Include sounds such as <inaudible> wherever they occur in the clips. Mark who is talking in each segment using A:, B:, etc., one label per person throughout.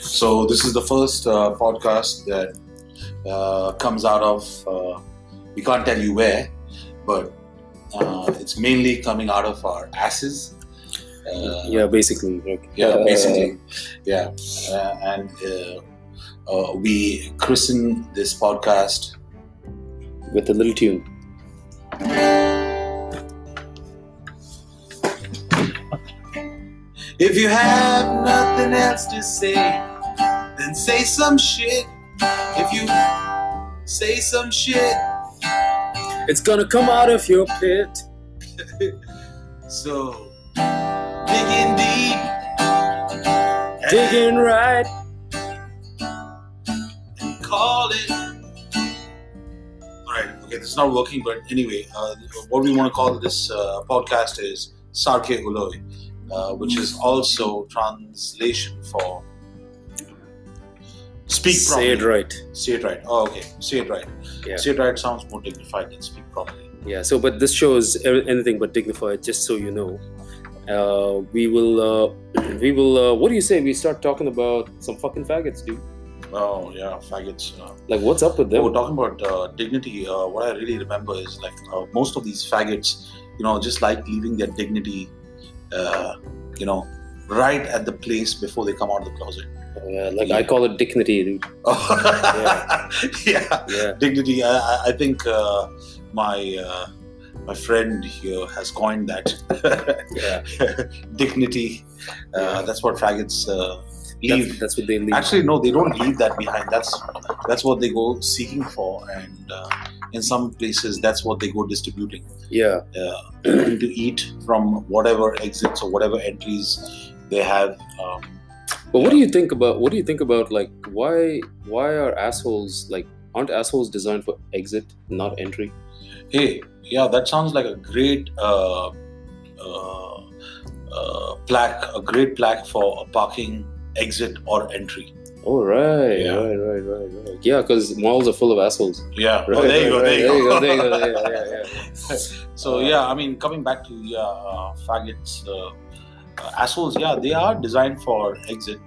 A: So this is the first uh, podcast that uh, comes out of. Uh, we can't tell you where, but uh, it's mainly coming out of our asses. Uh,
B: yeah, basically. like,
A: yeah,
B: uh,
A: basically, yeah, uh, and uh, uh, we christen this podcast
B: With a little tune.
A: If you have nothing else to say, then say some shit. If you say some shit,
B: It's gonna come out of your pit.
A: so dig in deep.
B: Digging right.
A: and Call it. Alright, okay, this is not working, but anyway, uh, what we want to call this uh, podcast is Sarke Uloi, uh, which is also translation for speak
B: Say
A: properly.
B: it right.
A: Say it right. Oh, okay. Say it right.
B: Yeah.
A: Say it right sounds more dignified than speak properly.
B: Yeah, so but this show is e- anything but dignified, just so you know. Uh, we will, uh, <clears throat> we will, uh, what do you say? We start talking about some fucking faggots, dude.
A: Oh yeah, faggots. Uh,
B: Like, what's up with
A: they
B: them?
A: were talking about uh, dignity. Uh, what I really remember is like uh, most of these faggots, you know, just like leaving their dignity, uh, you know, right at the place before they come out of the closet. <laughs>
B: Yeah, Uh, like, I call it dignity, dude.
A: yeah.
B: Yeah.
A: dignity. I, I- I think uh, my uh, my friend here has coined that <laughs>
B: Yeah.
A: dignity. Uh,
B: Yeah.
A: That's what faggots uh, leave.
B: That's, that's what they leave.
A: Actually, no, they don't leave that behind. That's that's what they go seeking for, and uh, in some places, that's what they go distributing
B: yeah.
A: uh, to eat from whatever exits or whatever entries they have. Um,
B: But what do you think about what do you think about like why why are assholes like aren't assholes designed for exit not entry?
A: hey, yeah, that sounds like a great uh, uh, uh, plaque, a great plaque for a parking exit or entry.
B: Oh right,
A: Yeah.
B: right, right, right, right. Yeah, because malls are full of assholes.
A: Yeah,
B: Right,
A: oh, there, you go,
B: right,
A: there you go,
B: right. there you go, there you go, yeah, yeah, yeah.
A: So <laughs>
B: Uh,
A: yeah, I mean, coming back to yeah, uh, faggots, uh, uh, assholes. Yeah, they are designed for exit,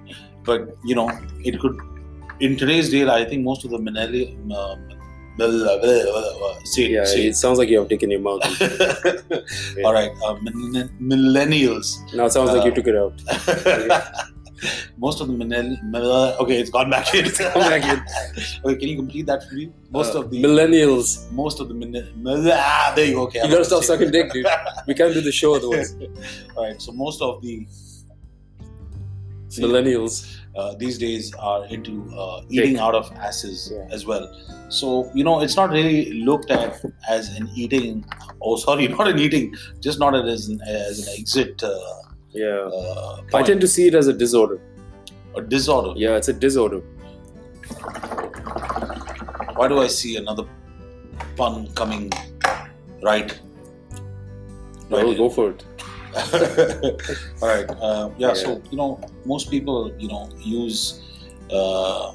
A: but you know, it could in today's day. I think most of the millennial, uh, mill- uh, uh, uh, say,
B: Yeah,
A: say.
B: it sounds like you have taken your mouth.
A: <laughs> All right, uh, millen- millennials. <laughs>
B: Now it sounds like you
A: Uh,
B: took it
A: <laughs>
B: out.
A: most of the millennial. Mill- okay, it's gone back in.
B: Come back in.
A: <laughs> okay, can you complete that for me? Most
B: Uh,
A: of the
B: millennials.
A: most of the millennial. Mill- ah, there you go. Okay,
B: You
A: I'm
B: gotta
A: gonna
B: stop
A: say-
B: sucking dick, dude. We can't do the show otherwise.
A: <laughs> All right, so most of the <laughs> See,
B: millennials.
A: uh, these days are into uh, eating out of asses
B: Yeah.
A: as well. So you know, it's not really looked at as an eating. Oh, sorry, <laughs> not an eating, just not as an as an exit. Uh,
B: Yeah.
A: uh, point,
B: I tend to see it as a disorder.
A: a disorder.
B: Yeah, it's a disorder.
A: Why do I see another pun coming right? <laughs>
B: Well, go for it.
A: All right. Uh, yeah,
B: Yeah.
A: So you know, most people you know use uh,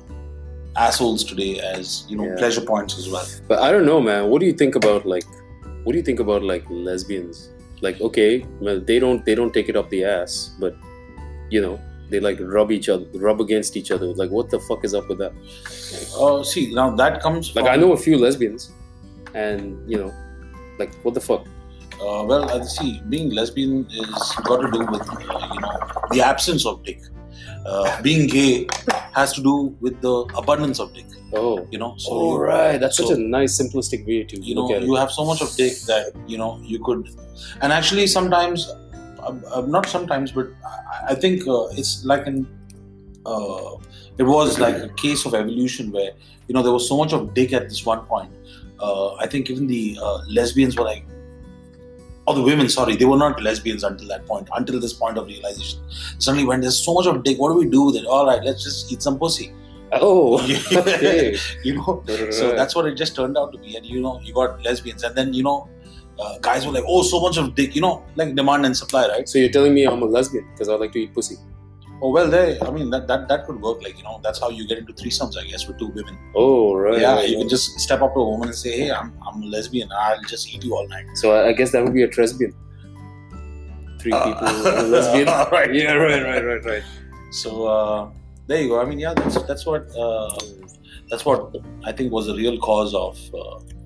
A: assholes today as you know
B: Yeah.
A: pleasure points as well.
B: But I don't know, man. What do you think about like, what do you think about like lesbians? Like, okay, well, they don't they don't take it up the ass, but you know, they like rub each other, rub against each other. Like, what the fuck is up with that?
A: Oh, see, now that comes
B: Like,
A: from-
B: I know a few lesbians, and you know, like, what the fuck?
A: Uh, well, uh, see, being lesbian is got to do with uh, you know the absence of dick. Uh, being gay has to do with the abundance of dick.
B: Oh,
A: You know, so
B: all
A: you-
B: right, that's
A: so,
B: such a nice simplistic way to
A: you know
B: look at
A: you
B: it.
A: have so much of dick that you know you could, and actually sometimes, uh, uh, not sometimes, but I, I think uh, it's like an. Uh, it was like a case of evolution where you know there was so much of dick at this one point. Uh, I think even the uh, lesbians were like or the women, sorry, they were not lesbians until that point, until this point of realization. Suddenly, when there's so much of dick, what do we do with it? All right, let's just eat some pussy,
B: <laughs>
A: <laughs>
B: Oh, <laughs> okay.
A: you know. So that's what it just turned out to be, and you know, you got lesbians, and then you know, uh, guys were like, oh, so much of dick, you know, like demand and supply, right?
B: So you're telling me I'm a lesbian because I like to eat pussy?
A: Oh well, there. I mean, that that that could work, like you know, that's how you get into threesomes, I guess, with two women.
B: Oh, right.
A: yeah,
B: right,
A: you can
B: right.
A: just step up to a woman and say, hey, I'm I'm a lesbian, I'll just eat you all night.
B: So I I guess that would be a tresbian. Three people,
A: Uh,
B: and a lesbian.
A: <laughs> right.
B: Yeah, right, right, right, right.
A: So uh, there you go. I mean, yeah, that's that's what uh, that's what I think was the real cause of. Uh,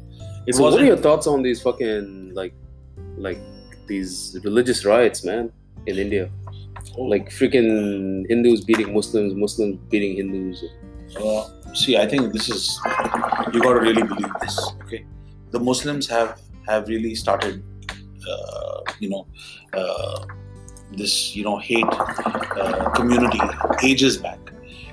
A: <laughs> it
B: so what are
A: wasn't-
B: your thoughts on these fucking like like these religious riots, man, in India?
A: Oh.
B: Like freaking Hindus beating Muslims, Muslims beating Hindus.
A: Uh, see, I think this is you got to really believe this. Okay, the Muslims have have really started, uh, you know, uh, this you know hate uh, community ages back.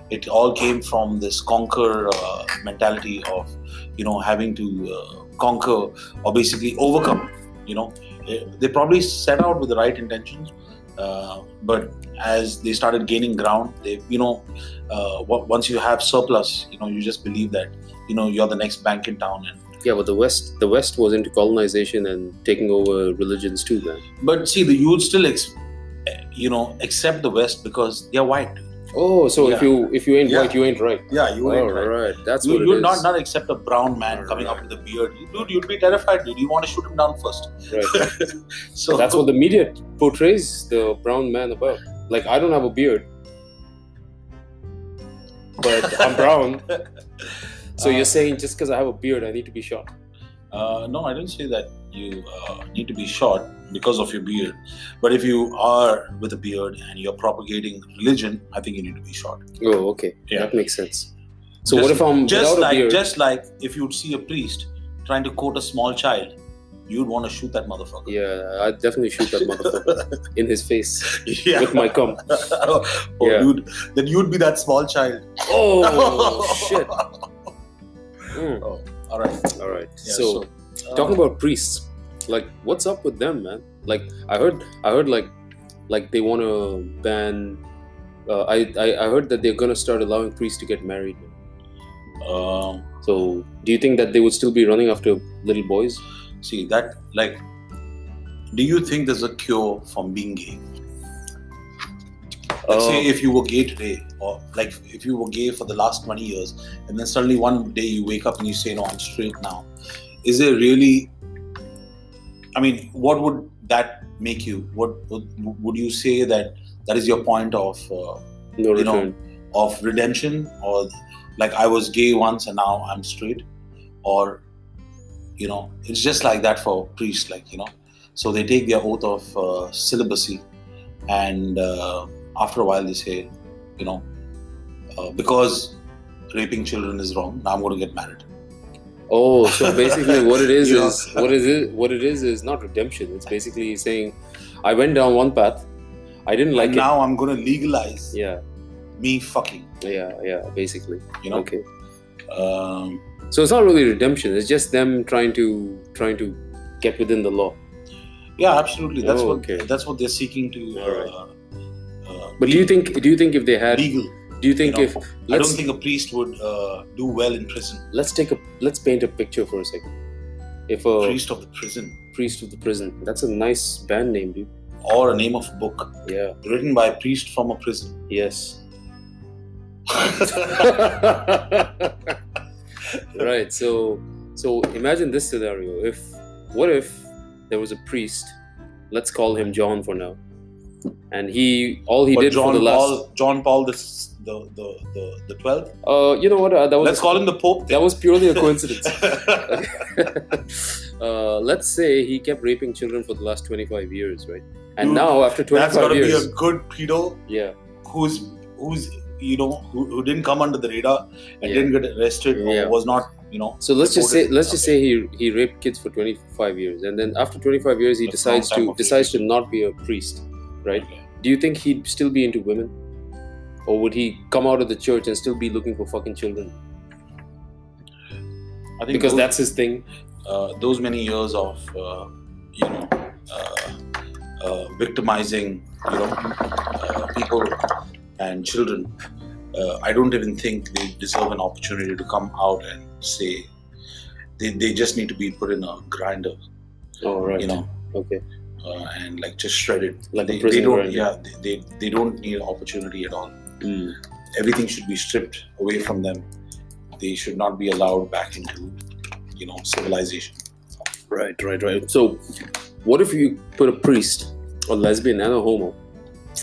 A: It all came from this conquer uh, mentality of you know having to uh, conquer or basically overcome. You know, Eh, they probably set out with the right intentions. Uh, but as they started gaining ground, they, you know, uh, on- once you have surplus, you know, you just believe that, you know, you're the next bank in town. And
B: Yeah, but the West the West was into colonization and taking over religions too, man.
A: but see, the youth still, ex- eh, you know, accept the West because they're white.
B: Oh, so if
A: Yeah.
B: you if you ain't
A: Yeah.
B: white, you ain't right.
A: Yeah, you
B: All right, that's
A: You
B: what it
A: would
B: is.
A: not not accept a brown man coming up with a beard, You- dude. You'd be terrified, dude. You want to shoot him down first.
B: Right.
A: So
B: that's what the media portrays the brown man about. Like I don't have a beard, but I'm <laughs> brown. So
A: Uh,
B: you're saying just because I have a beard, I need to be shot?
A: <laughs> Uh, no, I don't say that you uh, need to be shot because of your beard. But if you are with a beard and you're propagating religion, I think you need to be shot.
B: Oh, okay,
A: Yeah.
B: that makes sense. So
A: Just-
B: what if I'm
A: Just
B: without
A: like,
B: a beard?
A: just like if you'd see a priest trying to court a small child, you'd want to shoot that motherfucker.
B: Yeah, I'd definitely shoot that motherfucker in his face
A: <laughs> Yeah.
B: with my <laughs> cum.
A: oh,
B: Yeah.
A: dude, then you'd be that small child.
B: Oh shit! Mm,
A: All right.
B: all right.
A: Yeah,
B: so
A: uh,
B: talking about priests like what's up with them man like i heard i heard like like they want to ban uh, I, I i heard that they're gonna start allowing priests to get married
A: um,
B: so do you think that they would still be running after little boys
A: see that like, do you think there's a cure from being gay? Like say
B: Uh,
A: if you were gay today, or like if you were gay for the last 20 years, and then suddenly one day you wake up and you say, "No, I'm straight now." Is there really? I mean, what would that make you? What would, would you say that that is your point of uh,
B: no
A: you know,
B: return
A: of redemption, or like I was gay once and now I'm straight, or you know, it's just like that for priests, like you know. So they take their oath of uh, celibacy, and uh, after a while they say, you know, uh, because raping children is wrong, now I'm going to get married.
B: oh so basically what it is
A: <laughs> You know.
B: is what is it what it is is not redemption it's basically saying i went down one path i didn't like
A: and
B: it
A: now I'm going to legalize
B: yeah
A: me fucking,
B: yeah yeah basically
A: you know.
B: okay
A: Um,
B: So it's not really redemption. It's just them trying to trying to get within the law.
A: yeah, absolutely. That's
B: Oh,
A: what
B: okay.
A: that's what they're seeking to. Uh, uh,
B: But do you think do you think if they had do
A: legal?
B: you think
A: you
B: if
A: know, I
B: let's
A: don't think a priest would uh, do well in prison.
B: let's take a let's paint a picture for a second. If a priest,
A: Priest of the prison
B: of the prison, that's a nice band name, dude.
A: or a name of a book
B: Yeah.
A: written by a priest from a prison. <laughs>
B: Yes.
A: yeah,
B: right. So so imagine this scenario. If what if there was a priest, let's call him John for now, and he all he
A: but
B: did
A: John
B: for the last.
A: Paul, John Paul the s- the the the, the twelfth.
B: Uh, you know what? Uh, that was
A: Let's call him the Pope. <laughs>
B: That was purely a coincidence. <laughs>
A: then.
B: uh, let's say he kept raping children for the last 25 years, right? And
A: Dude,
B: now after
A: That's got
B: 25
A: to be a
B: years,
A: good pedo
B: yeah,
A: who's who's you know who, who didn't come under the radar and
B: Yeah.
A: didn't get arrested
B: Yeah.
A: or was not you know.
B: So let's just say
A: Reported.
B: let's just say he he raped kids for 25 years, and then after 25 years he
A: That's
B: decides
A: long time
B: to
A: of
B: decides to not be a priest, right? Do you think he'd still be into women, or would he come out of the church and still be looking for fucking children
A: I think
B: because
A: those-
B: that's his thing?
A: uh, those many years of uh, you know uh, uh, victimizing you know uh, people and children uh, i don't even think they deserve an opportunity to come out and say they, they just need to be put in a grinder
B: Oh right,
A: you know
B: okay,
A: uh, and like just shredded
B: like
A: they,
B: a
A: they
B: prison
A: don't
B: grinder.
A: yeah they, they, they don't need opportunity at all
B: Mm.
A: everything should be stripped away from them they should not be allowed back into you know civilization
B: Right, right, right. So, what if you put a priest, a lesbian, and a homo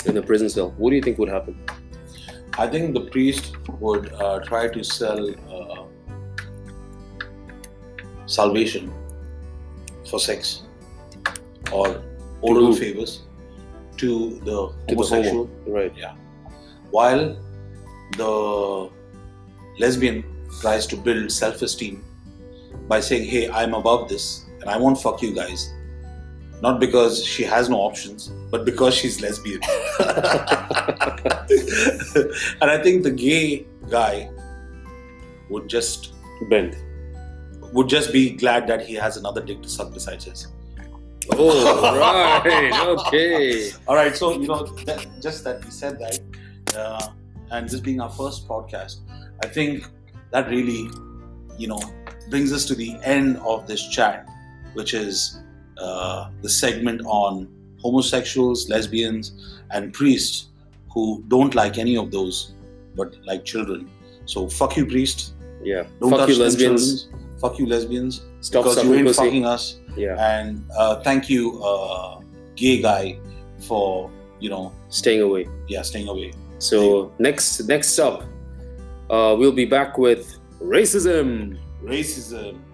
B: in a prison cell? What do you think would happen?
A: I think the priest would uh, try to sell uh, salvation for sex or oral
B: who?
A: favors to the
B: To the
A: homosexual,
B: homo, right?
A: while the lesbian tries to build self-esteem by saying, "Hey, I'm above this, and I won't fuck you guys." Not because she has no options, but because she's lesbian. <laughs> and I think the gay guy would just
B: Bend.
A: would just be glad that he has another dick to suck besides his.
B: Oh, right. <laughs> Okay.
A: All right, so you know, that, just that we said that, uh, and this being our first podcast, I think that really, you know, brings us to the end of this chat, which is uh, the segment on homosexuals, lesbians, and priests who don't like any of those, but like children. So fuck you, priest.
B: Yeah.
A: Don't
B: Fuck
A: touch
B: you,
A: them
B: lesbians.
A: children. Fuck you, lesbians.
B: Stop
A: because you
B: sucking
A: ain't
B: pussy.
A: fucking us
B: Yeah.
A: and uh, thank you uh, gay guy for you know
B: Staying away.
A: yeah staying away
B: So next, next up, uh, we'll be back with racism.
A: racism